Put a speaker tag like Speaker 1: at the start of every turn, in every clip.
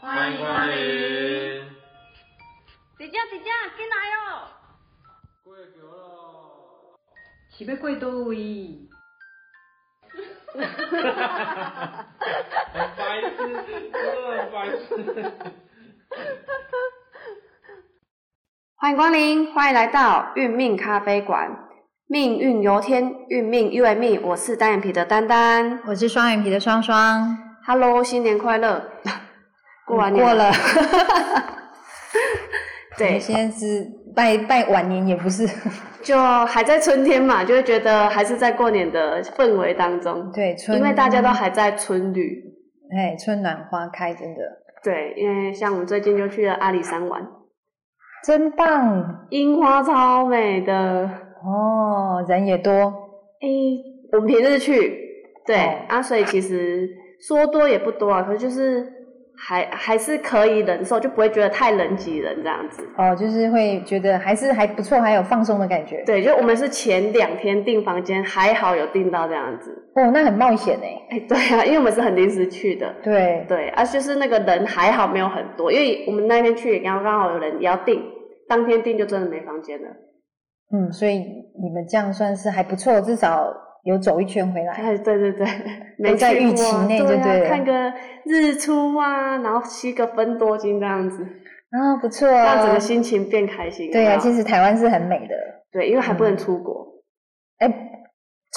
Speaker 1: 欢迎光临。
Speaker 2: 姐姐姐姐，进来哦。
Speaker 1: 过桥咯！
Speaker 3: 是要过倒位？
Speaker 1: 很白痴，真的很白痴。
Speaker 4: 欢迎光临，欢迎来到运命咖啡馆。命运由天，运命由命。我是单眼皮的丹丹
Speaker 5: 我是双眼皮的双双，
Speaker 4: ，Hello，新年快乐！ 过完年
Speaker 5: 过了，
Speaker 4: 对，
Speaker 5: 现在是拜拜晚年也不是，
Speaker 4: 就还在春天嘛，就会觉得还是在过年的氛围当中，
Speaker 5: 对，春
Speaker 4: 因为大家都还在春旅。
Speaker 5: 哎，春暖花开，真的
Speaker 4: 对，因为像我们最近就去了阿里山玩，
Speaker 5: 真棒
Speaker 4: 樱花超美的。
Speaker 5: 哦，人也多，
Speaker 4: 诶，哎我们平日去，对、
Speaker 5: 哦
Speaker 4: 啊，所以其实说多也不多啊，可是就是还还是可以忍受，就不会觉得太人挤人这样子。
Speaker 5: 哦，就是会觉得还是还不错，还有放松的感觉，
Speaker 4: 对，就我们是前两天订房间，还好有订到这样子。
Speaker 5: 哦，那很冒险哎，
Speaker 4: 哎，对啊，因为我们是很临时去的，
Speaker 5: 对，
Speaker 4: 对啊，就是那个人还好没有很多，因为我们那天去，然后刚好有人也要订，当天订就真的没房间了，
Speaker 5: 嗯，所以你们这样算是还不错，至少有走一圈回来，
Speaker 4: 哎，对对对，没
Speaker 5: 都在
Speaker 4: 去
Speaker 5: 预
Speaker 4: 过啊
Speaker 5: 期内就
Speaker 4: 对
Speaker 5: 对
Speaker 4: 啊，
Speaker 5: 了
Speaker 4: 看个日出啊，然后吸个分多精这样子，
Speaker 5: 啊，不错啊，
Speaker 4: 让整个心情变开心。
Speaker 5: 对
Speaker 4: 呀、
Speaker 5: 啊，其实台湾是很美的，
Speaker 4: 对，因为还不能
Speaker 5: 嗯
Speaker 4: 出国，
Speaker 5: 哎，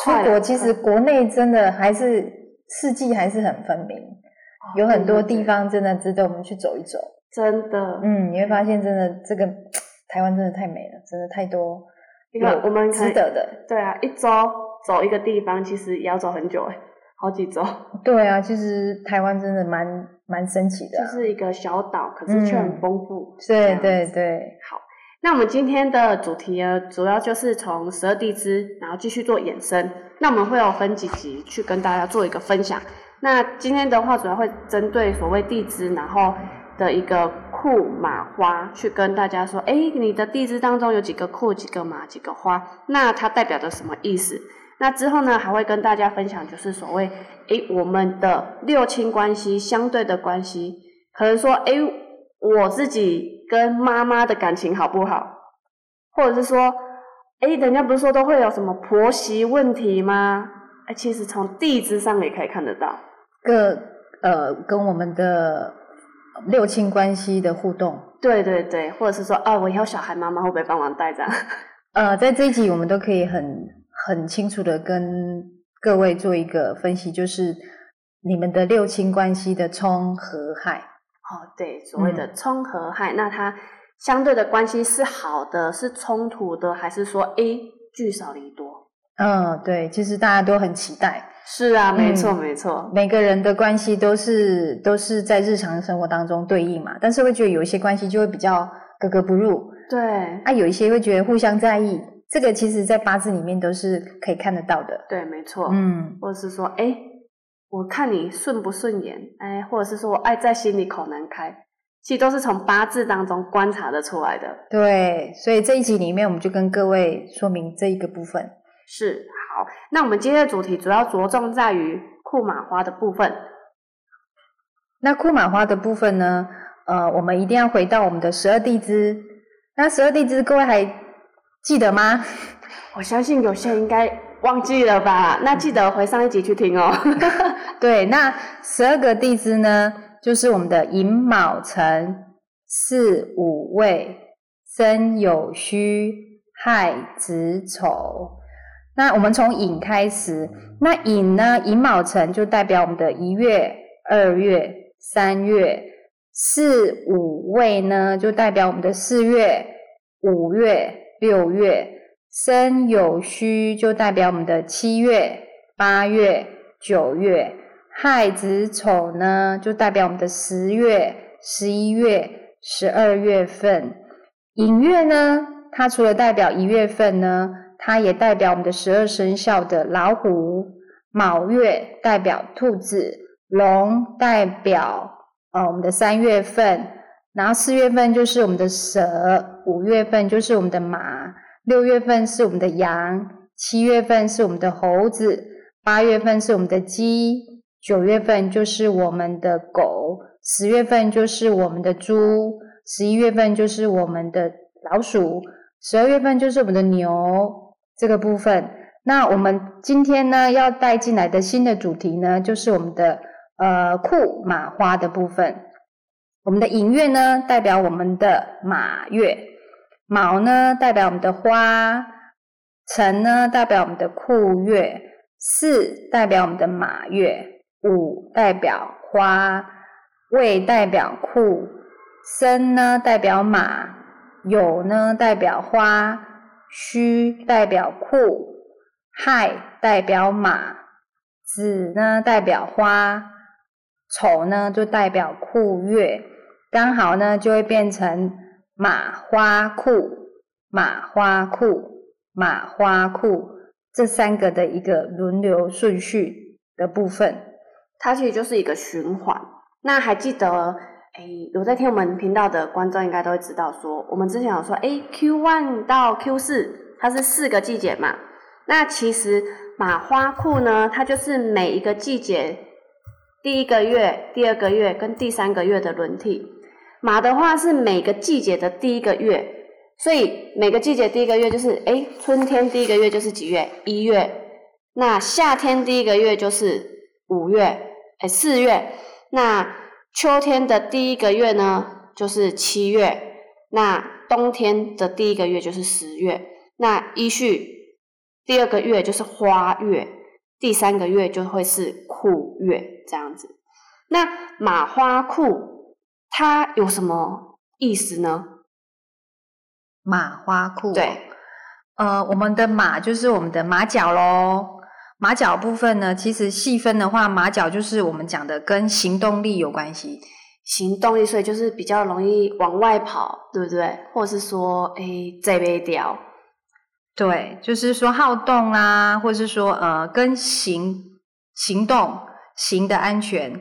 Speaker 5: 出
Speaker 4: 快了
Speaker 5: 国其实国内真的还是四季还是很分明，
Speaker 4: 哦
Speaker 5: 有很多地方真的值得我们去走一走。
Speaker 4: 真的，
Speaker 5: 嗯，你会发现真的这个台湾真的太美了，真的太多
Speaker 4: 你看
Speaker 5: 有
Speaker 4: 我们可
Speaker 5: 值
Speaker 4: 能
Speaker 5: 得的。
Speaker 4: 对啊，一周走一个地方，其实也要走很久哎、好几周，
Speaker 5: 对啊，其实台湾真的蛮蛮神奇的
Speaker 4: 就
Speaker 5: 啊、
Speaker 4: 是一个小岛，可是却很
Speaker 5: 嗯
Speaker 4: 丰富。
Speaker 5: 对
Speaker 4: 样
Speaker 5: 对
Speaker 4: 子
Speaker 5: 对，
Speaker 4: 那我们今天的主题呢，主要就是从十二地支，然后继续做衍生。那我们会有分几集去跟大家做一个分享。那今天的话，主要会针对所谓地支，然后的一个库马花，去跟大家说，哎，你的地支当中有几个库、几个马、几个花，那它代表着什么意思？那之后呢，还会跟大家分享，就是所谓，诶，我们的六亲关系相对的关系，可能说，诶，我自己跟妈妈的感情好不好，或者是说，诶，人家不是说都会有什么婆媳问题吗？诶，其实从地支上也可以看得到，
Speaker 5: 各呃跟我们的呃六亲关系的互动，
Speaker 4: 对对对，或者是说，啊，我以后小孩妈妈会不会帮忙带啊这样？
Speaker 5: 呃，在这一集我们都可以很很清楚的跟各位做一个分析，就是你们的六亲关系的冲和害。
Speaker 4: 哦，对，所谓的冲和害，那它相对的关系是好的，是冲突的，还是说，诶，聚少离多？
Speaker 5: 嗯，对，其实大家都很期待，
Speaker 4: 是啊，没错、
Speaker 5: 嗯
Speaker 4: 没错，
Speaker 5: 每个人的关系都是都是在日常生活当中对应嘛，但是会觉得有一些关系就会比较格格不入，
Speaker 4: 对
Speaker 5: 啊，有一些会觉得互相在意，这个其实在八字里面都是可以看得到的。
Speaker 4: 对，没错，
Speaker 5: 嗯，
Speaker 4: 或者是说，哎，我看你顺不顺眼，哎，或者是说我爱在心里口难开，其实都是从八字当中观察的出来的。
Speaker 5: 对，所以这一集里面我们就跟各位说明这一个部分。
Speaker 4: 是，好，那我们今天的主题主要着重在于库马花的部分。
Speaker 5: 那库马花的部分呢，呃，我们一定要回到我们的十二地支。那十二地支，各位还记得吗？
Speaker 4: 我相信有些人应该忘记了吧？那记得回上一集去听哦。
Speaker 5: 对，那十二个地支呢，就是我们的寅卯辰巳午未申酉戌亥子丑。那我们从寅开始，那寅呢，寅卯辰就代表我们的一月、二月、三月；巳午未呢，就代表我们的四月、五月、六月。申酉戌就代表我们的七月、八月、九月，亥子丑呢就代表我们的十月、十一月、十二月份。寅月呢，它除了代表一月份呢，它也代表我们的十二生肖的老虎。卯月代表兔子，龙代表呃我们的三月份，然后四月份就是我们的蛇，五月份就是我们的马，六月份是我们的羊，七月份是我们的猴子，八月份是我们的鸡，九月份就是我们的狗，十月份就是我们的猪，十一月份就是我们的老鼠，十二月份就是我们的牛这个部分。那我们今天呢要带进来的新的主题呢，就是我们的呃库马花的部分。我们的银月呢代表我们的马月，卯呢代表我们的花，辰呢代表我们的库月，巳代表我们的马月，午代表花，未代表库，申呢代表马，酉呢代表花，戌代表库，亥代表马，子呢代表花，丑呢就代表库月，刚好呢就会变成马花库、马花库、马花库这三个的一个轮流顺序的部分。
Speaker 4: 它其实就是一个循环。那还记得，诶，有在听我们频道的观众应该都会知道说，我们之前有说，诶 q one 到 Q 四，它是四个季节嘛。那其实马花库呢，它就是每一个季节第一个月、第二个月跟第三个月的轮替。马的话是每个季节的第一个月，所以每个季节第一个月就是，诶，春天第一个月就是几月？一月。那夏天第一个月就是五月，哎，四月。那秋天的第一个月呢，就是七月。那冬天的第一个月就是十月。那依序第二个月就是花月，第三个月就会是库月这样子。那马花库它有什么意思呢？
Speaker 5: 马花库、
Speaker 4: 对，
Speaker 5: 呃，我们的马就是我们的马脚喽。马脚部分呢，其实细分的话，马脚就是我们讲的跟行动力有关系。
Speaker 4: 行动力，所以就是比较容易往外跑，对不对？或者是说，哎、这边掉，
Speaker 5: 对，就是说好动啦，或是说呃，跟行行动、行的安全，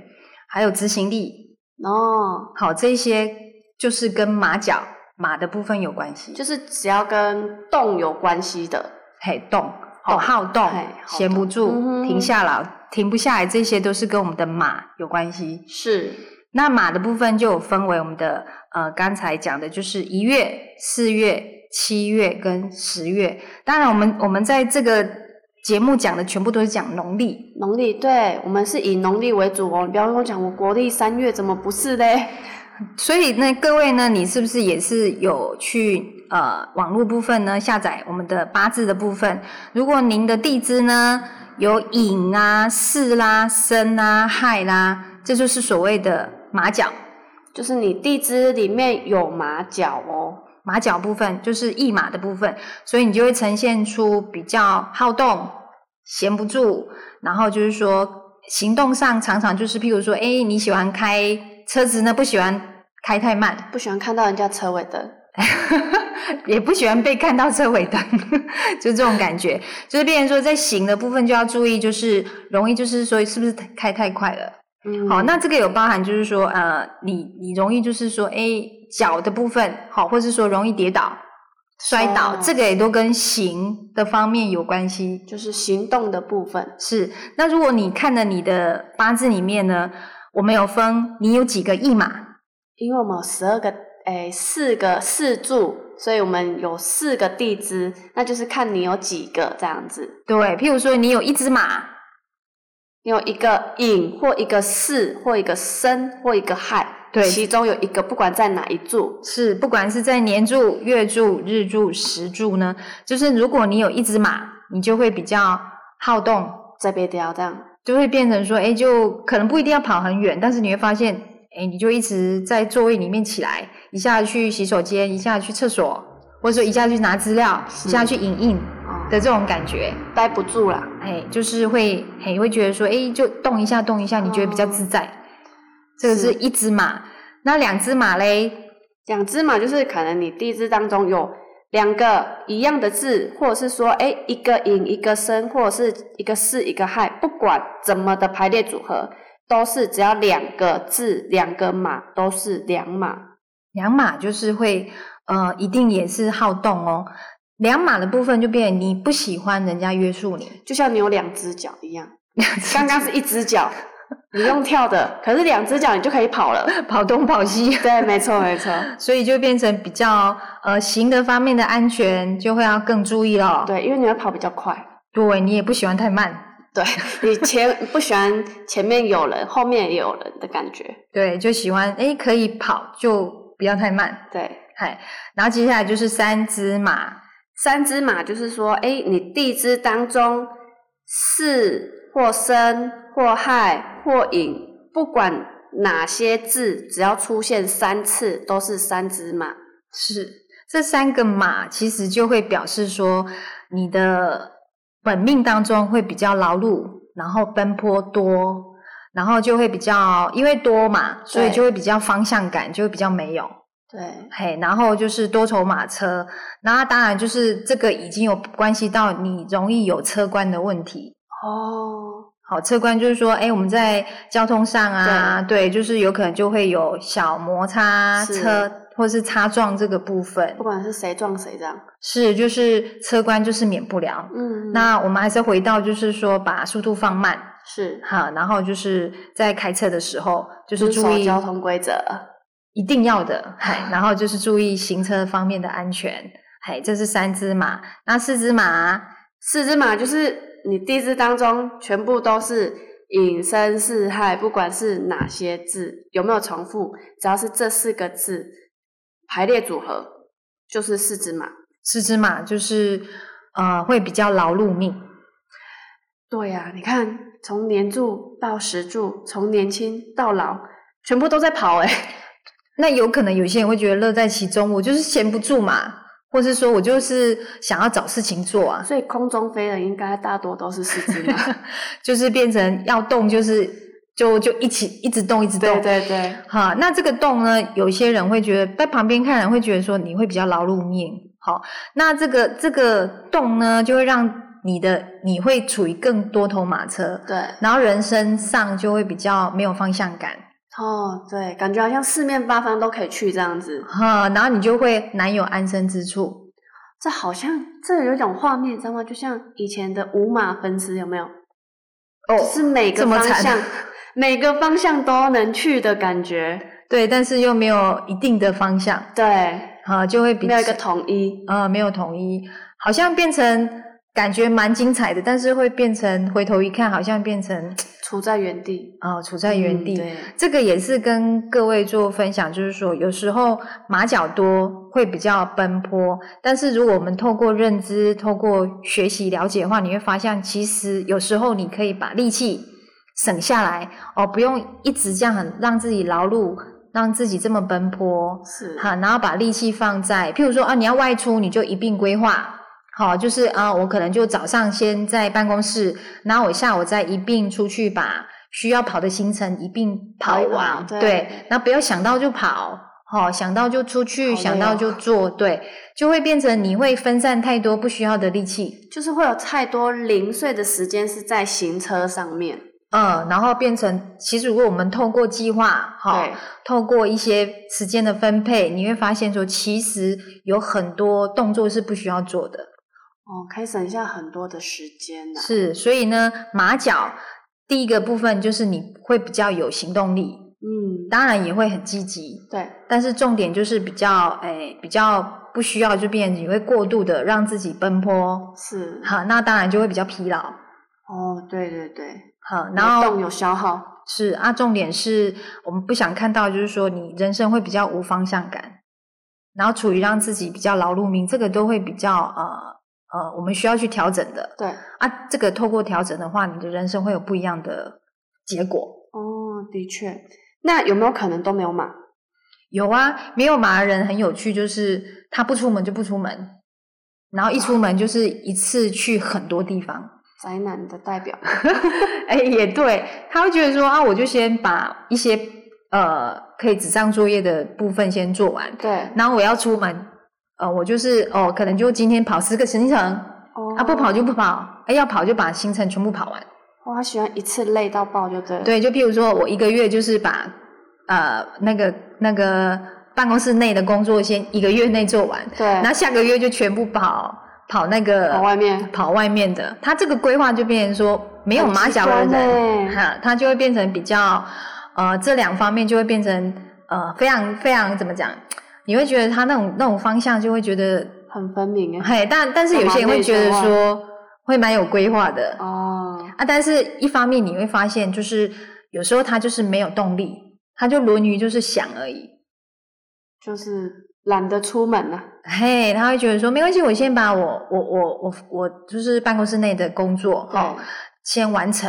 Speaker 5: 还有执行力，
Speaker 4: 哦，
Speaker 5: 好，这些就是跟马脚马的部分有关系。
Speaker 4: 就是只要跟动有关系的，
Speaker 5: 嘿，动，好
Speaker 4: 动
Speaker 5: 好动
Speaker 4: 嘿，好
Speaker 5: 闲不
Speaker 4: 动
Speaker 5: 住，
Speaker 4: 嗯哼
Speaker 5: 停下来，停不下来，这些都是跟我们的马有关系。
Speaker 4: 是
Speaker 5: 那马的部分就有分为我们的呃刚才讲的，就是一月、四月、七月跟十月。当然，我们我们在这个节目讲的全部都是讲农历，
Speaker 4: 农历，对我们是以农历为主哦。你不要跟我讲我国历三月怎么不是嘞？
Speaker 5: 所以那各位呢，你是不是也是有去呃网络部分呢下载我们的八字的部分？如果您的地支呢有寅啊、巳啦、申啊、亥啦，这就是所谓的马脚。
Speaker 4: 就是你地支里面有马脚哦，
Speaker 5: 马脚部分，就是驿马的部分，所以你就会呈现出比较好动、闲不住，然后就是说行动上常常就是，譬如说，哎，你喜欢开车子呢，不喜欢开太慢，
Speaker 4: 不喜欢看到人家车尾灯，
Speaker 5: 也不喜欢被看到车尾灯， 就这种感觉，就是变成说在行的部分就要注意，就是容易就是说是不是开太快了。
Speaker 4: 嗯
Speaker 5: 好，那这个有包含，就是说，呃，你你容易就是说，哎，脚的部分，好，或是说容易跌倒、摔倒，
Speaker 4: 哦
Speaker 5: 这个也都跟行的方面有关系。
Speaker 4: 就是行动的部分，
Speaker 5: 是，那如果你看了你的八字里面呢，我们有分，你有几个驿马？
Speaker 4: 因为我们有十二个，哎，四个四柱，所以我们有四个地支，那就是看你有几个这样子。
Speaker 5: 对，譬如说你有一只马，
Speaker 4: 你有一个寅或一个巳或一个申或一个亥，
Speaker 5: 对
Speaker 4: 其中有一个不管在哪一柱，
Speaker 5: 是不管是在年柱、月柱、日柱、时柱呢，就是如果你有一只马，你就会比较好动，
Speaker 4: 这边都要这样，
Speaker 5: 就会变成说，哎，就可能不一定要跑很远，但是你会发现，哎，你就一直在座位里面起来，一下去洗手间，一下去厕所，或者说一下去拿资料，一下去影印
Speaker 4: 哦，
Speaker 5: 的这种感觉，
Speaker 4: 待不住啦。
Speaker 5: 哎，就是会，哎，会觉得说，哎，就动一下动一下，你觉得比较自在。这个
Speaker 4: 是
Speaker 5: 是一只马，那两只马嘞，
Speaker 4: 两只嘛，就是可能你地支当中有两个一样的字，或者是说，哎，一个寅一个申，或者是一个巳一个亥，不管怎么的排列组合，都是只要两个字两个马都是两马，
Speaker 5: 两马就是会，呃，一定也是好动哦。两马的部分就变成你不喜欢人家约束你，
Speaker 4: 就像你有两只脚一样。刚刚是一只脚，你用跳的，可是两只脚你就可以跑了。
Speaker 5: 跑东跑西，
Speaker 4: 对，没错没错，
Speaker 5: 所以就变成比较呃行的方面的安全就会要更注意了。，
Speaker 4: 对，因为你会跑比较快。
Speaker 5: 对你也不喜欢太慢，
Speaker 4: 对你前不喜欢前面有人，后面也有人的感觉。
Speaker 5: 对，就喜欢诶可以跑就不要太慢，
Speaker 4: 对，
Speaker 5: 嗨。然后接下来就是三只马，
Speaker 4: 三只马就是说，哎，你地支当中是或生或亥或寅，不管哪些字，只要出现三次，都是三只马。
Speaker 5: 是这三个马其实就会表示说你的本命当中会比较劳碌，然后奔波多。然后就会比较，因为多嘛，所以
Speaker 4: 对
Speaker 5: 就会比较方向感，就会比较没有。
Speaker 4: 对
Speaker 5: 嘿，然后就是多头马车，那当然就是这个已经有关系到你容易有车关的问题。
Speaker 4: 哦，
Speaker 5: 好，车关就是说，哎，我们在交通上啊，对，就是有可能就会有小摩擦、
Speaker 4: 是
Speaker 5: 车或是擦撞这个部分
Speaker 4: 不，管是谁撞谁这样。
Speaker 5: 是就是车关就是免不了。
Speaker 4: 嗯，
Speaker 5: 那我们还是回到就是说，把速度放慢，
Speaker 4: 是
Speaker 5: 哈，然后就是在开车的时候，就是
Speaker 4: 遵
Speaker 5: 注
Speaker 4: 守
Speaker 5: 意
Speaker 4: 交通规则。
Speaker 5: 一定要的，
Speaker 4: 啊
Speaker 5: 嗨，然后就是注意行车方面的安全，嗨，这是三只马，那四只马
Speaker 4: 四只马就是你地支当中全部都是寅申巳亥，不管是哪些字有没有重复，只要是这四个字排列组合，就是四只马。
Speaker 5: 四只马就是呃会比较劳碌命，
Speaker 4: 对呀、你看从年柱到石柱，从年轻到老，全部都在跑哎、
Speaker 5: 那有可能有些人会觉得乐在其中，我就是闲不住嘛，或是说我就是想要找事情做啊，
Speaker 4: 所以空中飞人应该大多都是四只马。
Speaker 5: 就是变成要动就是就就一起一直动一直 动，
Speaker 4: 对对对，
Speaker 5: 哈，那这个动呢，有些人会觉得在旁边看人会觉得说你会比较劳碌命，好，那这个这个动呢，就会让你的你会处于更多头马车，
Speaker 4: 对
Speaker 5: 然后人身上就会比较没有方向感，
Speaker 4: 哦，对，感觉好像四面八方都可以去这样子。
Speaker 5: 哈，然后你就会难有安身之处，
Speaker 4: 这好像这有一种画面，你知道吗？就像以前的五马分尸，有没有？
Speaker 5: 哦
Speaker 4: 就是每个
Speaker 5: 这么
Speaker 4: 方
Speaker 5: 惨
Speaker 4: 向，每个方向都能去的感觉，
Speaker 5: 对，但是又没有一定的方向，
Speaker 4: 对，
Speaker 5: 哈，就会比
Speaker 4: 没有一
Speaker 5: 较
Speaker 4: 个统一。
Speaker 5: 呃没有统一，好像变成感觉蛮精彩的，但是会变成回头一看，好像变成
Speaker 4: 处在原地，
Speaker 5: 呃处在原地。
Speaker 4: 嗯对，
Speaker 5: 这个也是跟各位做分享，就是说有时候马脚多会比较奔波，但是如果我们透过认知、透过学习了解的话，你会发现其实有时候你可以把力气省下来哦，不用一直这样很让自己劳碌，让自己这么奔波。
Speaker 4: 是，
Speaker 5: 好，然后把力气放在，譬如说啊，你要外出，你就一并规划。好，就是啊，我可能就早上先在办公室，然后我下午再一并出去把需要跑的行程一并跑
Speaker 4: 跑一跑
Speaker 5: 完。
Speaker 4: 对
Speaker 5: 那不要想到就跑，好、想到就出去，
Speaker 4: 好累
Speaker 5: 想到
Speaker 4: 哦
Speaker 5: 就做，对，就会变成你会分散太多不需要的力气，
Speaker 4: 就是会有太多零碎的时间是在行车上面。
Speaker 5: 嗯，然后变成其实如果我们透过计划，好、
Speaker 4: 对，
Speaker 5: 透过一些时间的分配，你会发现说，其实有很多动作是不需要做的。
Speaker 4: 哦，可以省下很多的时间呐、
Speaker 5: 是，所以呢，马脚第一个部分就是你会比较有行动力，
Speaker 4: 嗯，
Speaker 5: 当然也会很积极，
Speaker 4: 对，
Speaker 5: 但是重点就是比较，哎，比较不需要就变成你会过度的让自己奔波，
Speaker 4: 是，
Speaker 5: 好，那当然就会比较疲劳，
Speaker 4: 哦，对对对，
Speaker 5: 好，然后
Speaker 4: 有动有消耗，
Speaker 5: 是啊，重点是我们不想看到，就是说你人生会比较无方向感，然后处于让自己比较劳碌命，这个都会比较呃呃，我们需要去调整的
Speaker 4: 对，
Speaker 5: 啊。这个透过调整的话，你的人生会有不一样的结果。
Speaker 4: 哦，的确。那有没有可能都没有马？
Speaker 5: 有啊，没有马的人很有趣，就是他不出门就不出门，然后一出门就是一次去很多地方。
Speaker 4: 宅男的代表，
Speaker 5: 哎，也对，他会觉得说啊，我就先把一些呃可以纸上作业的部分先做完，
Speaker 4: 对，
Speaker 5: 然后我要出门，呃，我就是哦，可能就今天跑十个行程，
Speaker 4: 哦
Speaker 5: 啊，不跑就不跑，哎，要跑就把行程全部跑完。
Speaker 4: 我好喜欢一次累到爆就对了。
Speaker 5: 对，就譬如说我一个月就是把呃那个那个办公室内的工作先一个月内做完，
Speaker 4: 对，
Speaker 5: 然后下个月就全部跑跑那个
Speaker 4: 跑外面
Speaker 5: 跑外面的，他这个规划就变成说没有马脚的
Speaker 4: 很极端
Speaker 5: 人，
Speaker 4: 欸
Speaker 5: 哈，他就会变成比较，呃，这两方面就会变成呃非常非常怎么讲？你会觉得他那种那种方向就会觉得，
Speaker 4: 很分 明哎。
Speaker 5: 嘿，但但是有些人会觉得
Speaker 4: 干嘛内
Speaker 5: 说会蛮有规划的
Speaker 4: 哦，
Speaker 5: 啊，但是一方面你会发现，就是有时候他就是没有动力，他就沦于就是想而已。
Speaker 4: 就是懒得出门啊了、
Speaker 5: 嘿，他会觉得说没关系，我先把我我我我我就是办公室内的工作
Speaker 4: 对
Speaker 5: 哦先完成，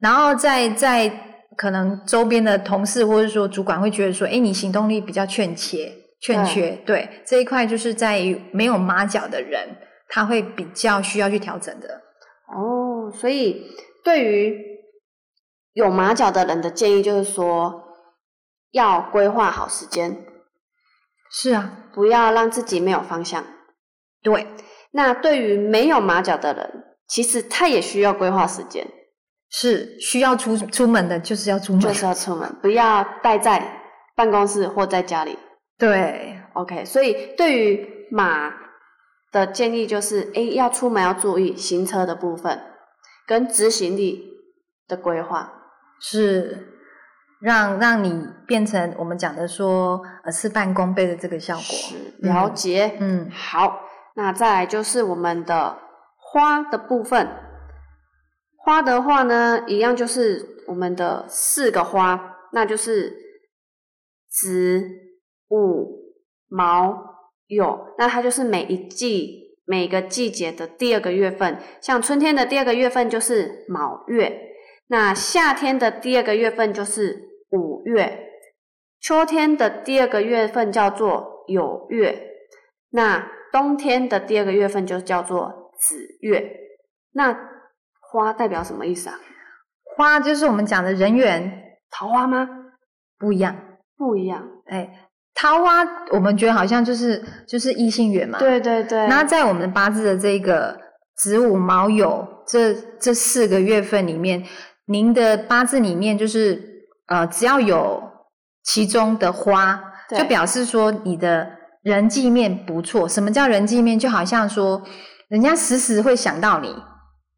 Speaker 5: 然后再再可能周边的同事或者说主管会觉得说，哎，你行动力比较欠缺，
Speaker 4: 对
Speaker 5: 欠缺，对这一块就是在于没有马脚的人，他会比较需要去调整的。
Speaker 4: 哦，所以对于有马脚的人的建议就是说，要规划好时间，
Speaker 5: 是啊，
Speaker 4: 不要让自己没有方向。
Speaker 5: 对，
Speaker 4: 那对于没有马脚的人，其实他也需要规划时间，
Speaker 5: 是需要出出门的，就是要出门，
Speaker 4: 就是要出门，不要待在办公室或在家里。
Speaker 5: 对，
Speaker 4: OK，所以对于马的建议就是，诶，要出门要注意行车的部分跟执行力的规划。
Speaker 5: 是让让你变成我们讲的说呃事半功倍的这个效果。
Speaker 4: 是了解。
Speaker 5: 嗯，
Speaker 4: 好，那再来就是我们的花的部分。花的话呢，一样就是我们的四个花，那就是子、午、卯、酉。那它就是每一季每个季节的第二个月份，像春天的第二个月份就是卯月，那夏天的第二个月份就是五月，秋天的第二个月份叫做酉月，那冬天的第二个月份就叫做子月。那花代表什么意思啊？
Speaker 5: 花就是我们讲的人缘
Speaker 4: 桃花吗？
Speaker 5: 不一样，
Speaker 4: 不一样。
Speaker 5: 哎，桃花我们觉得好像就是就是异性缘嘛。。
Speaker 4: 对对对。
Speaker 5: 那在我们八字的这个子午卯酉这这四个月份里面，您的八字里面就是呃，只要有其中的花，
Speaker 4: 对
Speaker 5: 就表示说你的人际面不错。什么叫人际面？就好像说人家时时会想到你，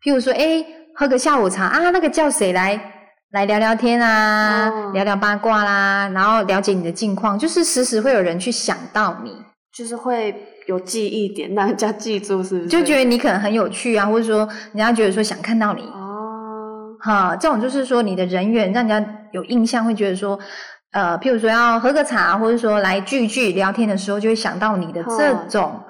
Speaker 5: 譬如说，哎，喝个下午茶啊，那个叫谁来？来聊聊天啊，
Speaker 4: 哦
Speaker 5: 聊聊八卦啦，然后了解你的近况，就是时时会有人去想到你。
Speaker 4: 就是会有记忆点，让人家记住，是不是？
Speaker 5: 就觉得你可能很有趣啊，或者说人家觉得说想看到你，
Speaker 4: 哦，
Speaker 5: 哈，这种就是说你的人缘让人家有印象，会觉得说，呃，譬如说要喝个茶，或者说来聚一聚聊天的时候，就会想到你的
Speaker 4: 哦
Speaker 5: 这种、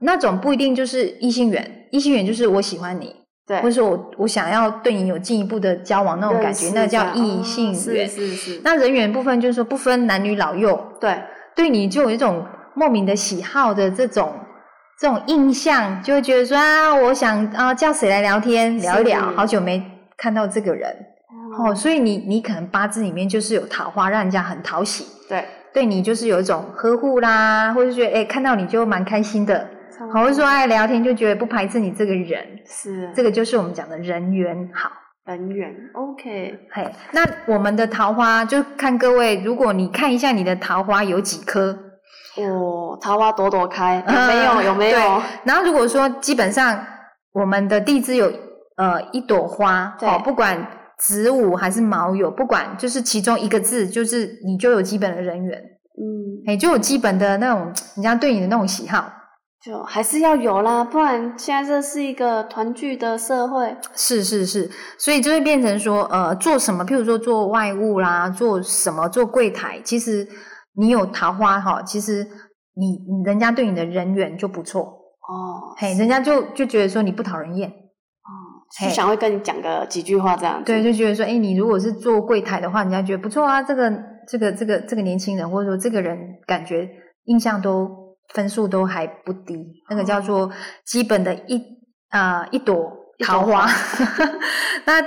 Speaker 5: 那种不一定就是异性缘，异性缘就是我喜欢你，
Speaker 4: 对
Speaker 5: 或者，说我我想要对你有进一步的交往那种感
Speaker 4: 认识
Speaker 5: 觉，
Speaker 4: 一下
Speaker 5: 那叫异性缘。
Speaker 4: 哦是是是，
Speaker 5: 那人缘部分就是说不分男女老幼，
Speaker 4: 对，
Speaker 5: 对你就有一种莫名的喜好的这种这种印象，就会觉得说啊，我想啊叫谁来聊天
Speaker 4: 是
Speaker 5: 聊一聊，好久没看到这个人哦，
Speaker 4: 哦，
Speaker 5: 所以你你可能八字里面就是有桃花，让人家很讨喜，
Speaker 4: 对，
Speaker 5: 对你就是有一种呵护啦，或者觉得哎、看到你就蛮开心的，
Speaker 4: 哦
Speaker 5: 或者说哎聊天就觉得不排斥你这个人，
Speaker 4: 是
Speaker 5: 这个就是我们讲的人缘好。
Speaker 4: 人缘，OK，
Speaker 5: 嘿，那我们的桃花就看各位，如果你看一下你的桃花有几颗，
Speaker 4: 哦，桃花朵朵开，有没有？
Speaker 5: 嗯
Speaker 4: 有没有？
Speaker 5: 对然后如果说基本上我们的地支有呃一朵花，
Speaker 4: 对
Speaker 5: 哦，不管子午还是卯酉，不管就是其中一个字，就是你就有基本的人缘，
Speaker 4: 嗯，
Speaker 5: 哎，就有基本的那种人家对你的那种喜好。
Speaker 4: 就还是要有啦，不然现在这是一个团聚的社会，
Speaker 5: 是是是，所以就会变成说，呃，做什么，譬如说做外务啦，做什么，做柜台，其实你有桃花哈，其实你你人家对你的人缘就不错，
Speaker 4: 哦，
Speaker 5: 嘿，人家就就觉得说你不讨人厌。
Speaker 4: 就
Speaker 5: 嘿
Speaker 4: 想会跟你讲个几句话这样子。
Speaker 5: 对，就觉得说，哎，你如果是做柜台的话，人家觉得不错啊，这个这个这个这个年轻人，或者说这个人，感觉印象都分数都还不低，那个叫做基本的一啊哦一朵
Speaker 4: 一
Speaker 5: 桃
Speaker 4: 朵
Speaker 5: 花。 那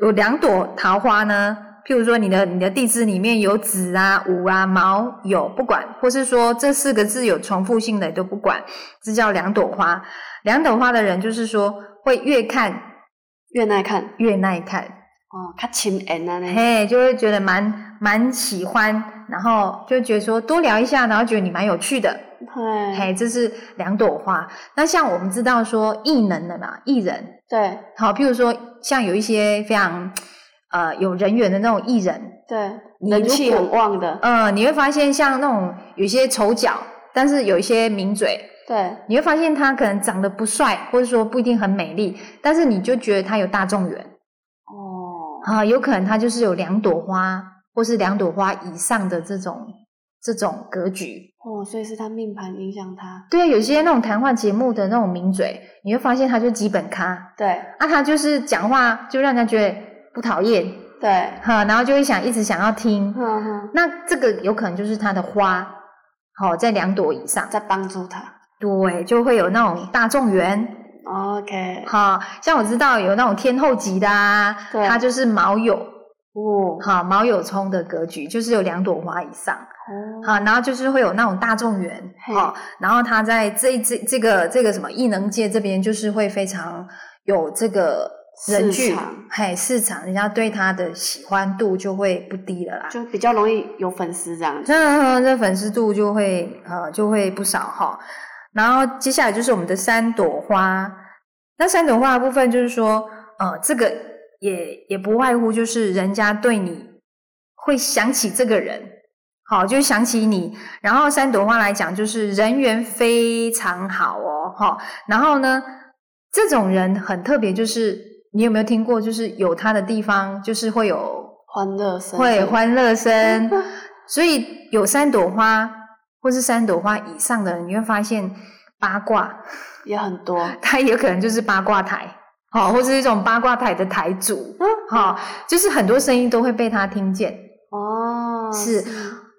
Speaker 5: 有两朵桃花呢，譬如说你的你的地支里面有子啊、午啊、卯、酉，不管，或是说这四个字有重复性的也都不管，这叫两朵花。两朵花的人就是说会越看
Speaker 4: 越耐看
Speaker 5: 越耐看。
Speaker 4: 哦，较亲缘啊呢。
Speaker 5: 嘿，就会觉得蛮蛮喜欢，然后就觉得说多聊一下，然后觉得你蛮有趣的，
Speaker 4: 嘿，
Speaker 5: 嘿，这是两朵花。那像我们知道说艺能的嘛，艺人，
Speaker 4: 对
Speaker 5: 好，譬如说像有一些非常呃有人缘的那种艺人，
Speaker 4: 对，
Speaker 5: 你
Speaker 4: 人
Speaker 5: 如
Speaker 4: 气
Speaker 5: 果
Speaker 4: 很旺的，
Speaker 5: 呃，你会发现像那种有些丑角，但是有一些名嘴，
Speaker 4: 对
Speaker 5: 你会发现他可能长得不帅，或者说不一定很美丽，但是你就觉得他有大众缘。
Speaker 4: 哦，
Speaker 5: 啊、有可能它就是有两朵花，或是两朵花以上的这种这种格局。
Speaker 4: 哦，所以是他命盘影响他，
Speaker 5: 对啊，有些那种谈话节目的那种名嘴，你会发现他就基本咖
Speaker 4: 对
Speaker 5: 啊，他就是讲话就让人家觉得不讨厌
Speaker 4: 对，
Speaker 5: 哈、然后就会想一直想要听。
Speaker 4: 哼哼，
Speaker 5: 那这个有可能就是他的花，好、在两朵以上，
Speaker 4: 在帮助他。
Speaker 5: 对，就会有那种大众缘。
Speaker 4: OK，
Speaker 5: 哈、像我知道有那种天后级的啊，
Speaker 4: 对
Speaker 5: 他就是卯酉，
Speaker 4: 哦，
Speaker 5: 哈、卯酉冲的格局，就是有两朵花以上。
Speaker 4: 哦
Speaker 5: 啊，然后就是会有那种大众缘，
Speaker 4: 嘿
Speaker 5: 好、然后他在这这这个这个什么艺能界这边，就是会非常有这个人
Speaker 4: 市
Speaker 5: 聚
Speaker 4: 场，
Speaker 5: 嘿，市场，人家对他的喜欢度就会不低了啦。
Speaker 4: 就比较容易有粉丝这样子。
Speaker 5: 那这粉丝度就会呃就会不少哈。然后接下来就是我们的三朵花，那三朵花的部分就是说，呃，这个也也不外乎就是人家对你会想起这个人，好，就想起你。然后三朵花来讲，就是人缘非常好哦，哈、然后呢，这种人很特别，就是你有没有听过，就是有他的地方，就是会有
Speaker 4: 欢乐生
Speaker 5: 会
Speaker 4: 活
Speaker 5: 欢乐声，所以有三朵花或是三朵花以上的人，你会发现八卦，
Speaker 4: 也很多，
Speaker 5: 它有可能就是八卦台，好、或是一种八卦台的台主，好、就是很多声音都会被他听见。
Speaker 4: 哦，
Speaker 5: 是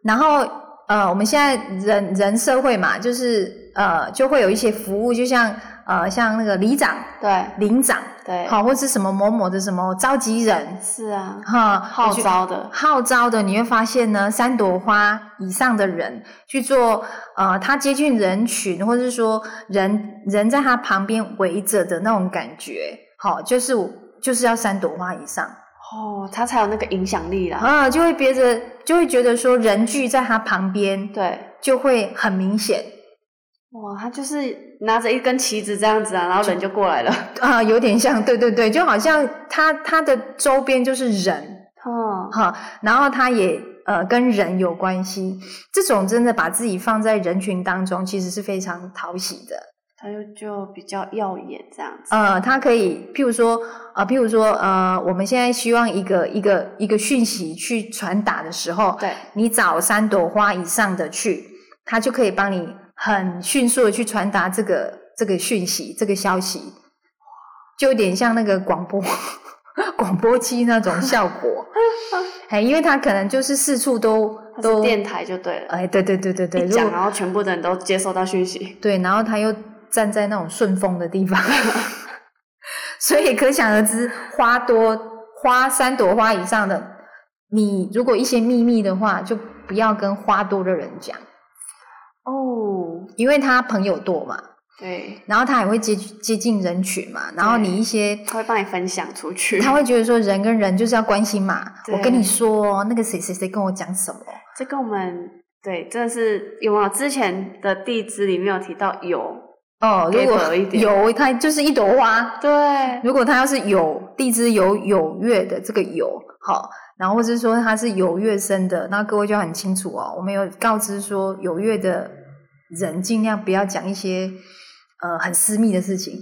Speaker 5: 然后呃，我们现在人人社会嘛，就是呃，就会有一些服务，就像呃，像那个里长、
Speaker 4: 对
Speaker 5: 领长，
Speaker 4: 对，
Speaker 5: 好、或是什么某某的什么召集人，
Speaker 4: 是啊，
Speaker 5: 哈、
Speaker 4: 号
Speaker 5: 我觉
Speaker 4: 召的，
Speaker 5: 号召的，你会发现呢，三朵花以上的人去做，呃，他接近人群，或是说人人在他旁边围着的那种感觉，好，就是我就是要三朵花以上，
Speaker 4: 哦，他才有那个影响力啦。
Speaker 5: 啊，就会别着，就会觉得说人聚在他旁边，
Speaker 4: 对，
Speaker 5: 就会很明显，
Speaker 4: 哇，他就是拿着一根旗子这样子啊，然后人就过来了。
Speaker 5: 啊、有点像，对对对，就好像他他的周边就是人，
Speaker 4: 哦，
Speaker 5: 哈，然后它也呃跟人有关系，这种真的把自己放在人群当中，其实是非常讨喜的。
Speaker 4: 他就就比较耀眼这样子。
Speaker 5: 呃，它可以，譬如说，呃，譬如说，呃，我们现在希望一个一个一个讯息去传达的时候，
Speaker 4: 对，
Speaker 5: 你找三朵花以上的去，它就可以帮你很迅速的去传达这个这个讯息，这个消息，就有点像那个广播 广播机那种效果。 哎，因为它可能就是四处都
Speaker 4: 他是
Speaker 5: 都，
Speaker 4: 电台就对了，
Speaker 5: 哎，对对对对对，
Speaker 4: 一
Speaker 5: 如
Speaker 4: 讲啊
Speaker 5: 果
Speaker 4: 然后全部的人都接收到讯息。
Speaker 5: 对，然后他又站在那种顺风的地方， 所以可想而知，花多花三朵花以上的，你如果一些秘密的话，就不要跟花多的人讲，
Speaker 4: 哦，
Speaker 5: 因为他朋友多嘛，
Speaker 4: 对，
Speaker 5: 然后他也会接接近人群嘛，然后
Speaker 4: 对
Speaker 5: 你一些。
Speaker 4: 他会帮你分享出去。
Speaker 5: 他会觉得说人跟人就是要关心嘛，我跟
Speaker 4: 对
Speaker 5: 你说哦，那个谁谁谁跟我讲什么，
Speaker 4: 这跟我们对，真的是有没有之前的地址里面有提到有？
Speaker 5: 哦，如
Speaker 4: 给
Speaker 5: 果
Speaker 4: 薄一点
Speaker 5: 有它就是一朵花，
Speaker 4: 对，
Speaker 5: 如果它要是有地支有有月的这个有，好，然后或是说它是有月生的，那各位就要很清楚哦。我们有告知说有月的人尽量不要讲一些呃很私密的事情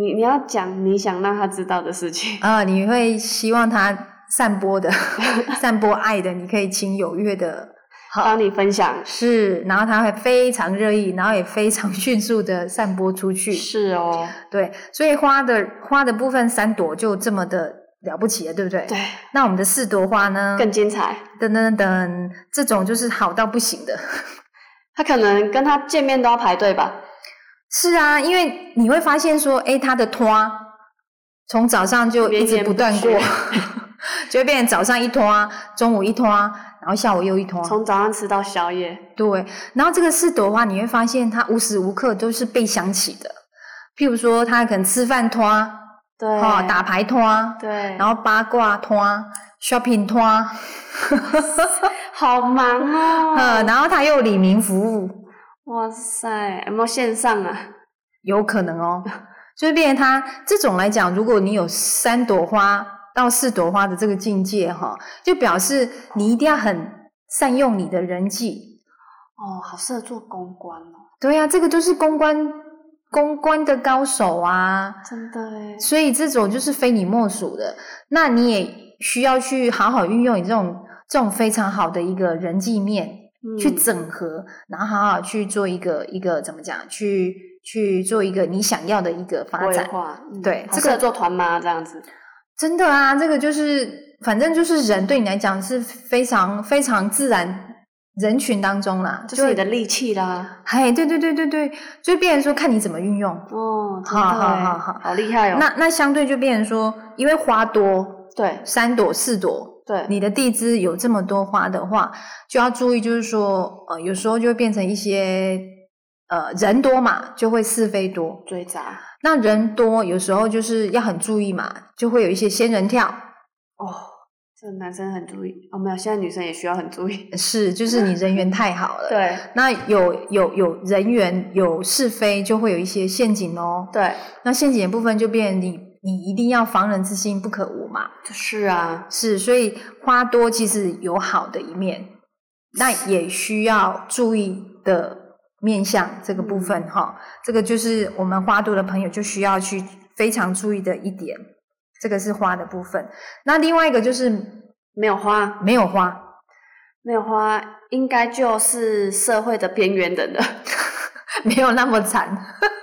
Speaker 4: 你你要讲你想让他知道的事情。
Speaker 5: 啊、你会希望他散播的 散播爱的，你可以请有月的。
Speaker 4: 帮你分享
Speaker 5: 是，然后他会非常热议，然后也非常迅速的散播出去。
Speaker 4: 是哦，
Speaker 5: 对，所以花的花的部分三朵就这么的了不起了，对不对？
Speaker 4: 对，
Speaker 5: 那我们的四朵花呢？
Speaker 4: 更精彩。
Speaker 5: 噔噔噔，这种就是好到不行的。
Speaker 4: 他可能跟他见面都要排队吧？
Speaker 5: 是啊，因为你会发现说，诶，他的拖从早上就一直不断 过
Speaker 4: 连绵，
Speaker 5: 就会变成早上一拖，中午一拖，然后下午又一拖。
Speaker 4: 从早上吃到宵夜，
Speaker 5: 对，然后这个四朵花，你会发现它无时无刻都是被想起的。譬如说，他可能吃饭拖，
Speaker 4: 对，
Speaker 5: 哈、哦打牌拖，
Speaker 4: 对，
Speaker 5: 然后八卦拖，shopping 拖，
Speaker 4: 好忙哦，
Speaker 5: 嗯， 然后他又有李明服务，
Speaker 4: 哇塞，有没有线上啊？
Speaker 5: 有可能哦，所以变成他这种来讲，如果你有三朵花到四朵花的这个境界哈、就表示你一定要很善用你的人际。
Speaker 4: 哦，好适合做公关哦，
Speaker 5: 对啊呀、这个就是公关公关的高手啊。
Speaker 4: 真的哎，
Speaker 5: 所以这种就是非你莫属的。那你也需要去好好运用你这种这种非常好的一个人际面，去
Speaker 4: 嗯
Speaker 5: 整合，然后好好去做一个一个怎么讲，去去做一个你想要的一个发
Speaker 4: 规
Speaker 5: 展。
Speaker 4: 划，嗯
Speaker 5: 对
Speaker 4: 好
Speaker 5: 这
Speaker 4: 适合
Speaker 5: 个
Speaker 4: 做团妈这样子，
Speaker 5: 真的啊，这个就是反正就是人对你来讲是非常非常自然人群当中啦，
Speaker 4: 就是你
Speaker 5: 会
Speaker 4: 的力气啦，
Speaker 5: 哎，对对对对对，就变成说看你怎么运用。
Speaker 4: 哦，真
Speaker 5: 好
Speaker 4: 的
Speaker 5: 好
Speaker 4: 哎
Speaker 5: 好好
Speaker 4: 好厉害哦，
Speaker 5: 那那相对就变成说，因为花多
Speaker 4: 对
Speaker 5: 三朵四朵，
Speaker 4: 对，
Speaker 5: 你的地支有这么多花的话，就要注意，就是说，呃，有时候就会变成一些，呃，人多嘛，就会是非多。
Speaker 4: 追杂
Speaker 5: 那人多，有时候就是要很注意嘛，就会有一些仙人跳，
Speaker 4: 哦，这男生很注意哦，没有，现在女生也需要很注意，
Speaker 5: 是，就是你人缘太好了。。
Speaker 4: 嗯对
Speaker 5: 那有有有人缘有是非，就会有一些陷阱哦。
Speaker 4: 对，
Speaker 5: 那陷阱的部分就变成你你一定要防人之心不可无嘛。
Speaker 4: 是啊，
Speaker 5: 是，所以花多其实有好的一面，那也需要注意的面向这个部分哈、这个就是我们花多的朋友就需要去非常注意的一点，这个是花的部分。那另外一个就是
Speaker 4: 没有花，
Speaker 5: 没有花，
Speaker 4: 没有花，应该就是社会的边缘人了。
Speaker 5: 没有那么惨，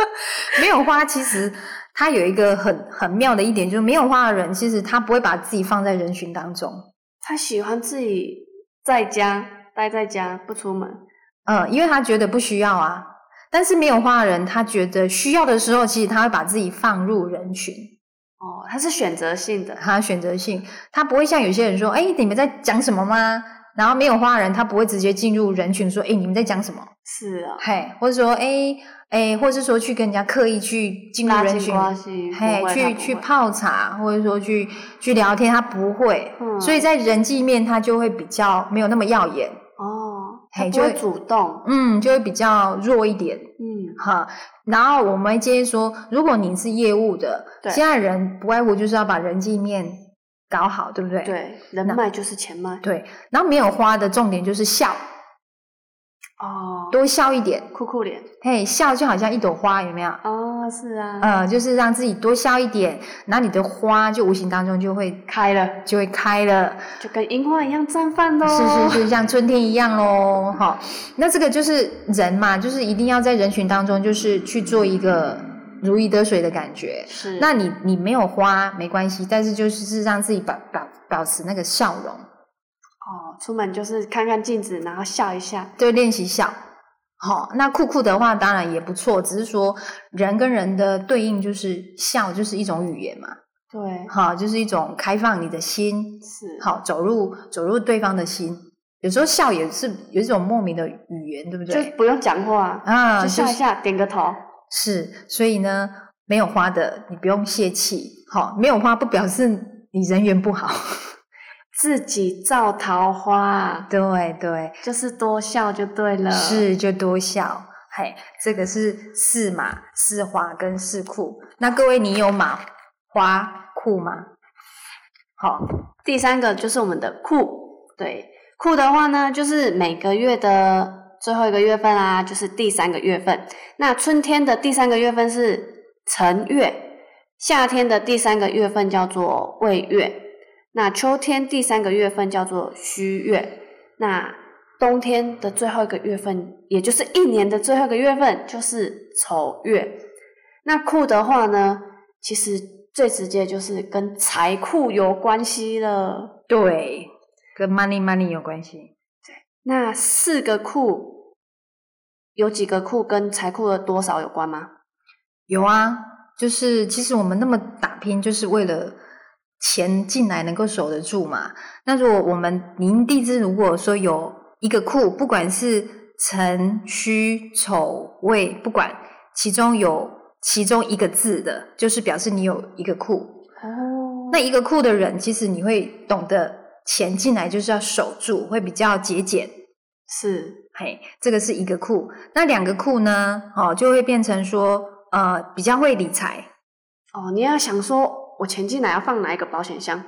Speaker 5: 没有花其实。它有一个很很妙的一点，就是没有花的人，其实他不会把自己放在人群当中，
Speaker 4: 他喜欢自己在家待在家，不出门。
Speaker 5: 嗯，因为他觉得不需要啊。但是没有花的人，他觉得需要的时候，其实他会把自己放入人群，
Speaker 4: 哦，他是选择性的，
Speaker 5: 他选择性，他不会像有些人说：“哎，你们在讲什么吗？”然后没有花的人，他不会直接进入人群说：“哎，你们在讲什么
Speaker 4: 是啊？”，
Speaker 5: 嘿，或者说：“哎哎，或者是说去跟人家刻意去进入
Speaker 4: 拉
Speaker 5: 人
Speaker 4: 近
Speaker 5: 群，
Speaker 4: 关系，
Speaker 5: 嘿
Speaker 4: 不，会
Speaker 5: 去去，泡茶，或者说去去聊天，他不会。
Speaker 4: 嗯
Speaker 5: 所以在人际面，他就会比较没有那么耀眼，
Speaker 4: 他不会哦，他
Speaker 5: 嘿
Speaker 4: 不
Speaker 5: 就
Speaker 4: 会
Speaker 5: 会
Speaker 4: 主动，
Speaker 5: 嗯，就会比较弱一点。
Speaker 4: 嗯，
Speaker 5: 哈，然后我们建议说，如果你是业务的，
Speaker 4: 对
Speaker 5: 现在人不外乎就是要把人际面搞好，对不对？
Speaker 4: 对，人脉就是钱脉，
Speaker 5: 对。然后没有花的重点就是笑，
Speaker 4: 哦，
Speaker 5: 多笑一点，
Speaker 4: 酷酷脸，
Speaker 5: 嘿，笑就好像一朵花，有没有？
Speaker 4: 哦，是啊，
Speaker 5: 呃，就是让自己多笑一点，然后你的花就无形当中就会
Speaker 4: 开了
Speaker 5: 就会开了，
Speaker 4: 就跟樱花一样绽放喽，
Speaker 5: 是是是，像春天一样喽，哈。那这个就是人嘛，就是一定要在人群当中，就是去做一个如鱼得水的感觉。
Speaker 4: 是，
Speaker 5: 那你你没有花没关系，但是就是是让自己保保保持那个笑容，
Speaker 4: 哦，出门就是看看镜子，然后笑一下，
Speaker 5: 就练习笑。好、那酷酷的话当然也不错，只是说人跟人的对应就是笑，就是一种语言嘛，
Speaker 4: 对，
Speaker 5: 好、就是一种开放你的心，
Speaker 4: 是，
Speaker 5: 好、走入走入对方的心。有时候笑也是有一种莫名的语言，对不
Speaker 4: 就
Speaker 5: 对？
Speaker 4: 不用讲话，
Speaker 5: 啊，
Speaker 4: 就笑
Speaker 5: 就
Speaker 4: 一
Speaker 5: 是
Speaker 4: 下，点个头，
Speaker 5: 是，所以呢，没有花的你不用泄气，好、没有花不表示你人缘不好，
Speaker 4: 自己造桃花，
Speaker 5: 对对。
Speaker 4: 就是多笑就对了。，
Speaker 5: 是就多笑。嘿，这个是四马、四花跟四库。那各位，你有马、花、库吗？好，
Speaker 4: 第三个就是我们的库，对，库的话呢，就是每个月的最后一个月份啊，就是第三个月份。那春天的第三个月份是辰月，夏天的第三个月份叫做未月，那秋天第三个月份叫做戌月，那冬天的最后一个月份，也就是一年的最后一个月份，就是丑月。那库的话呢，其实最直接就是跟财库有关系了。
Speaker 5: 对，跟 money money 有关系。
Speaker 4: 那四个库，有几个库跟财库的多少有关吗？
Speaker 5: 有啊，就是其实我们那么打拼，就是为了钱进来能够守得住嘛。那如果我们您地支如果说有一个库，不管是辰、戌、丑、未，不管其中有其中一个字的，就是表示你有一个库。
Speaker 4: 哦，
Speaker 5: 那一个库的人，其实你会懂得钱进来就是要守住，会比较节俭。
Speaker 4: 是
Speaker 5: 嘿，这个是一个库。那两个库呢？哦，就会变成说，呃，比较会理财，
Speaker 4: 哦，你要想说我钱进来要放哪一个保险箱？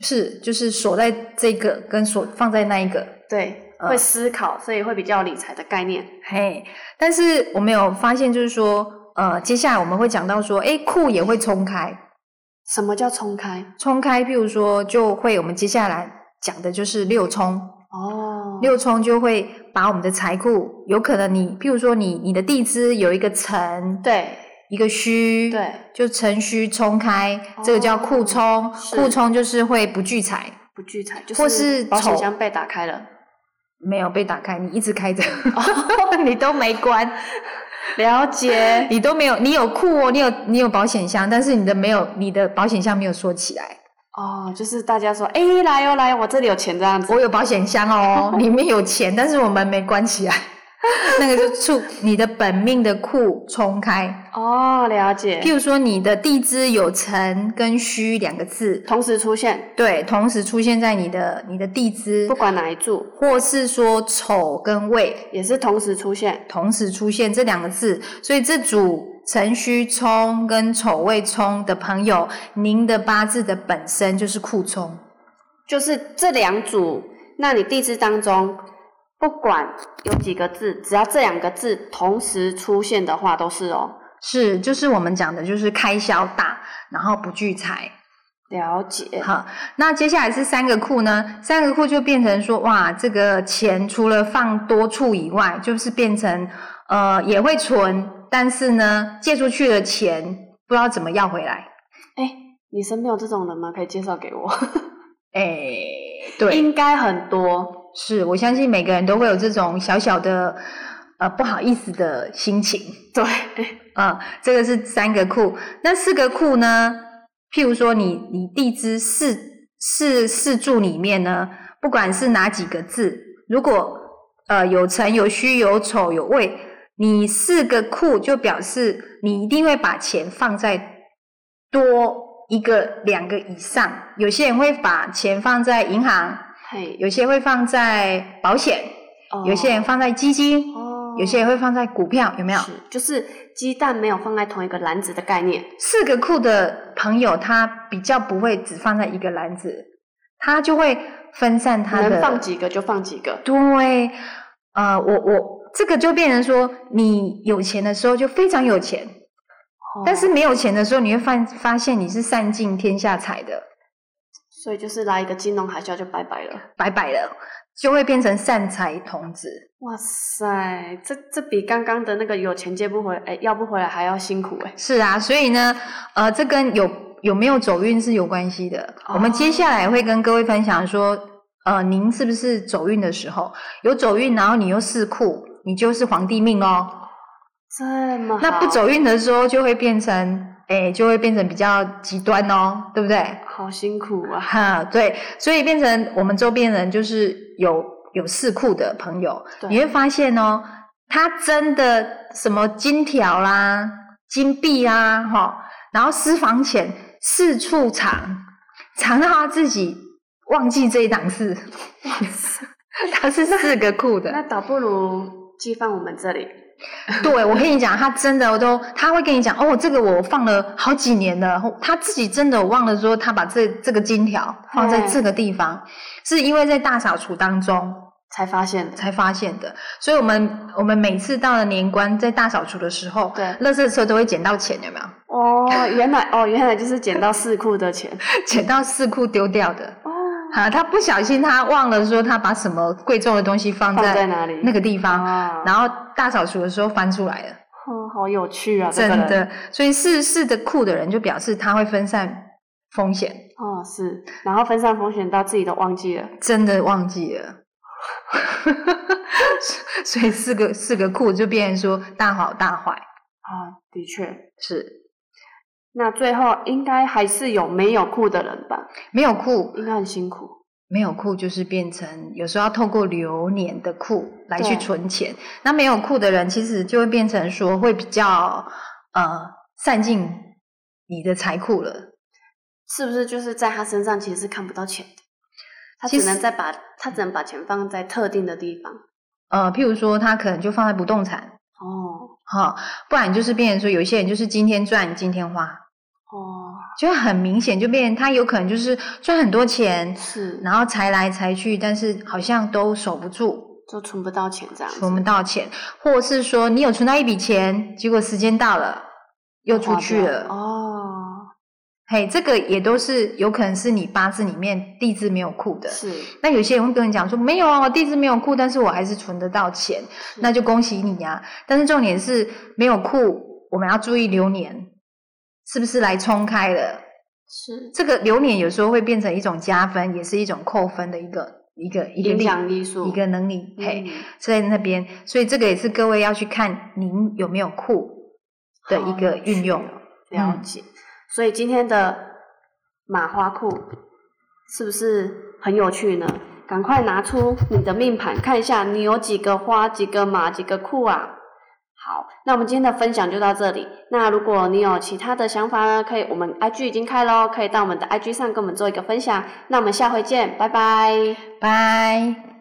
Speaker 5: 是就是锁在这个跟锁放在那一个。
Speaker 4: 对，
Speaker 5: 嗯
Speaker 4: 会思考，所以会比较有理财的概念。
Speaker 5: 嘿，但是我们有发现，就是说，呃，接下来我们会讲到说，诶，库也会冲开，
Speaker 4: 什么叫冲开？
Speaker 5: 冲开，譬如说，就会我们接下来讲的就是六冲，
Speaker 4: 哦，
Speaker 5: 六冲就会把我们的财库，有可能你，譬如说你你的地支有一个辰，
Speaker 4: 对
Speaker 5: 一个虚，，
Speaker 4: 对，哦
Speaker 5: 就辰虚冲开，这个叫库冲，
Speaker 4: 是
Speaker 5: 库冲就是会不聚财，
Speaker 4: 不聚财，就
Speaker 5: 或是
Speaker 4: 保险
Speaker 5: 丑
Speaker 4: 箱被打开了，
Speaker 5: 没有被打开，你一直开着，哦 你都没关，
Speaker 4: 了解。
Speaker 5: 你都没有，你有库哦，你有你有保险箱，但是你的没有，你的保险箱没有锁起来。
Speaker 4: 哦，就是大家说，哎、来哦来哦，我这里有钱这样子。
Speaker 5: 我有保险箱 哦，里面有钱，但是我们没关起来。 那个就促你的本命的库冲开，
Speaker 4: 哦，了解。
Speaker 5: 譬如说你的地支有辰跟戌两个字，
Speaker 4: 同时出现，
Speaker 5: 对，同时出现在你的你的地支
Speaker 4: 不，管哪一柱，
Speaker 5: 或是说丑跟未
Speaker 4: 也是同时出现。
Speaker 5: 同时出现这两个字，所以这组辰戌冲跟丑未冲的朋友，您的八字的本身就是库冲，
Speaker 4: 就是这两组，那你地支当中，不管有几个字，只要这两个字同时出现的话，都是哦。
Speaker 5: 是就是我们讲的就是开销大，然后不聚财。
Speaker 4: 了解，
Speaker 5: 好，那接下来是三个库呢？三个库就变成说，哇，这个钱除了放多处以外，就是变成呃也会存，但是呢，借出去的钱不知道怎么要回来。
Speaker 4: 你身边有这种人吗？可以介绍给我。
Speaker 5: 哎，对，
Speaker 4: 应该很多。
Speaker 5: 是我相信每个人都会有这种小小的呃不好意思的心情。
Speaker 4: 对，
Speaker 5: 啊、这个是三个库。那四个库呢？譬如说你你地支四四四柱里面呢，不管是哪几个字，如果呃有辰有戌有丑有未，你四个库就表示你一定会把钱放在多一个两个以上。有些人会把钱放在银行，
Speaker 4: 嘿，
Speaker 5: 有些会放在保险，
Speaker 4: 哦
Speaker 5: 有些人放在基金，
Speaker 4: 哦
Speaker 5: 有些人会放在股票，有没有？
Speaker 4: 是就是鸡蛋没有放在同一个篮子的概念。
Speaker 5: 四个库的朋友，他比较不会只放在一个篮子，他就会分散他的。
Speaker 4: 能放几个就放几个。
Speaker 5: 对，呃，我我这个就变成说，你有钱的时候就非常有钱，但是
Speaker 4: 哦，
Speaker 5: 没有钱的时候，你会发发现你是散尽天下财的，
Speaker 4: 所以就是来一个金融海啸就拜拜了。
Speaker 5: 白白的，就会变成散财童子。
Speaker 4: 哇塞，这这比刚刚的那个有钱借不回，哎，要不回来还要辛苦哎。
Speaker 5: 是啊，所以呢，呃，这跟有有没有走运是有关系的。我们接下来会跟各位分享说，呃，您是不是走运的时候有走运，然后你又四库，你就是皇帝命哦。
Speaker 4: 这么
Speaker 5: 那
Speaker 4: 好，
Speaker 5: 不走运的时候就会变成，哎，就会变成比较极端哦，对不对？
Speaker 4: 好辛苦啊。
Speaker 5: 哈，对，所以变成我们周边人就是有有四库的朋友，
Speaker 4: 对
Speaker 5: 你会发现哦，他真的什么金条啦、金币啦，哈、然后私房钱四处藏，藏到他自己忘记这一档事。 他是四个库的，
Speaker 4: 那倒不如寄放我们这里。
Speaker 5: 对我跟你讲，他真的都他会跟你讲哦，这个我放了好几年了，他自己真的忘了说他把这这个金条放在这个地方，是因为在大扫除当中
Speaker 4: 才发现的，
Speaker 5: 才发现的。所以我们我们每次到了年关，在大扫除的时候，
Speaker 4: 对
Speaker 5: 垃圾车都会捡到钱，有没 有？
Speaker 4: 哦，原来哦，原来就是捡到四库的钱
Speaker 5: 捡到四库丢掉的。
Speaker 4: 哦，
Speaker 5: 啊，他不小心他忘了说他把什么贵重的东西放
Speaker 4: 放在
Speaker 5: 在
Speaker 4: 哪里？
Speaker 5: 那个地方，
Speaker 4: 啊，
Speaker 5: 然后大扫除的时候翻出来了。
Speaker 4: 哦，好有趣啊，这
Speaker 5: 真
Speaker 4: 个人
Speaker 5: 的，所以四四的库的人就表示他会分散风险，
Speaker 4: 哦是，然后分散风险到自己都忘记了，
Speaker 5: 真的忘记了。 所以四个四个库就变成说大好大坏，
Speaker 4: 啊，的确，
Speaker 5: 是
Speaker 4: 那最后应该还是有没有库的人吧，
Speaker 5: 没有库，
Speaker 4: 应该很辛苦，
Speaker 5: 没有库就是变成有时候要透过流年的库来
Speaker 4: 对
Speaker 5: 去存钱。那没有库的人其实就会变成说会比较呃散尽你的财库了。
Speaker 4: 是不是就是在他身上其实是看不到钱的？他
Speaker 5: 其
Speaker 4: 只
Speaker 5: 实
Speaker 4: 能在把他只能把钱放在特定的地方。
Speaker 5: 呃，譬如说，他可能就放在不动产，
Speaker 4: 哦
Speaker 5: 哈、不然就是变成说，有一些人就是今天赚今天花，
Speaker 4: 哦，
Speaker 5: 就很明显就变成他有可能就是赚很多钱，
Speaker 4: 是，
Speaker 5: 然后财来财去，但是好像都守不住，
Speaker 4: 就存不到钱这样子。
Speaker 5: 存不到钱，或者是说你有存到一笔钱，结果时间到了又出
Speaker 4: 花
Speaker 5: 去
Speaker 4: 掉
Speaker 5: 了，
Speaker 4: 哦，
Speaker 5: 嘿，这个也都是有可能是你八字里面地支没有库的。
Speaker 4: 是
Speaker 5: 那有些人会跟你讲说没有啊，地支没有库，但是我还是存得到钱，那就恭喜你呀、但是重点是没有库，我们要注意流年是不是来冲开了。
Speaker 4: 是
Speaker 5: 这个流年有时候会变成一种加分，也是一种扣分的一个一个一个
Speaker 4: 影
Speaker 5: 力
Speaker 4: 响力数
Speaker 5: 一个能力，嘿，
Speaker 4: 嗯
Speaker 5: 所以那边，所以这个也是各位要去看您有没有库的一个运用。
Speaker 4: 好有趣哦了
Speaker 5: 嗯
Speaker 4: 解。所以今天的马花裤是不是很有趣呢？赶快拿出你的命盘，看一下你有几个花、几个马、几个库啊？好，那我们今天的分享就到这里。那如果你有其他的想法呢，可以我们 IG 已经开哦喽，可以到我们的 IG 上跟我们做一个分享。那我们下回见，拜拜。
Speaker 5: 拜。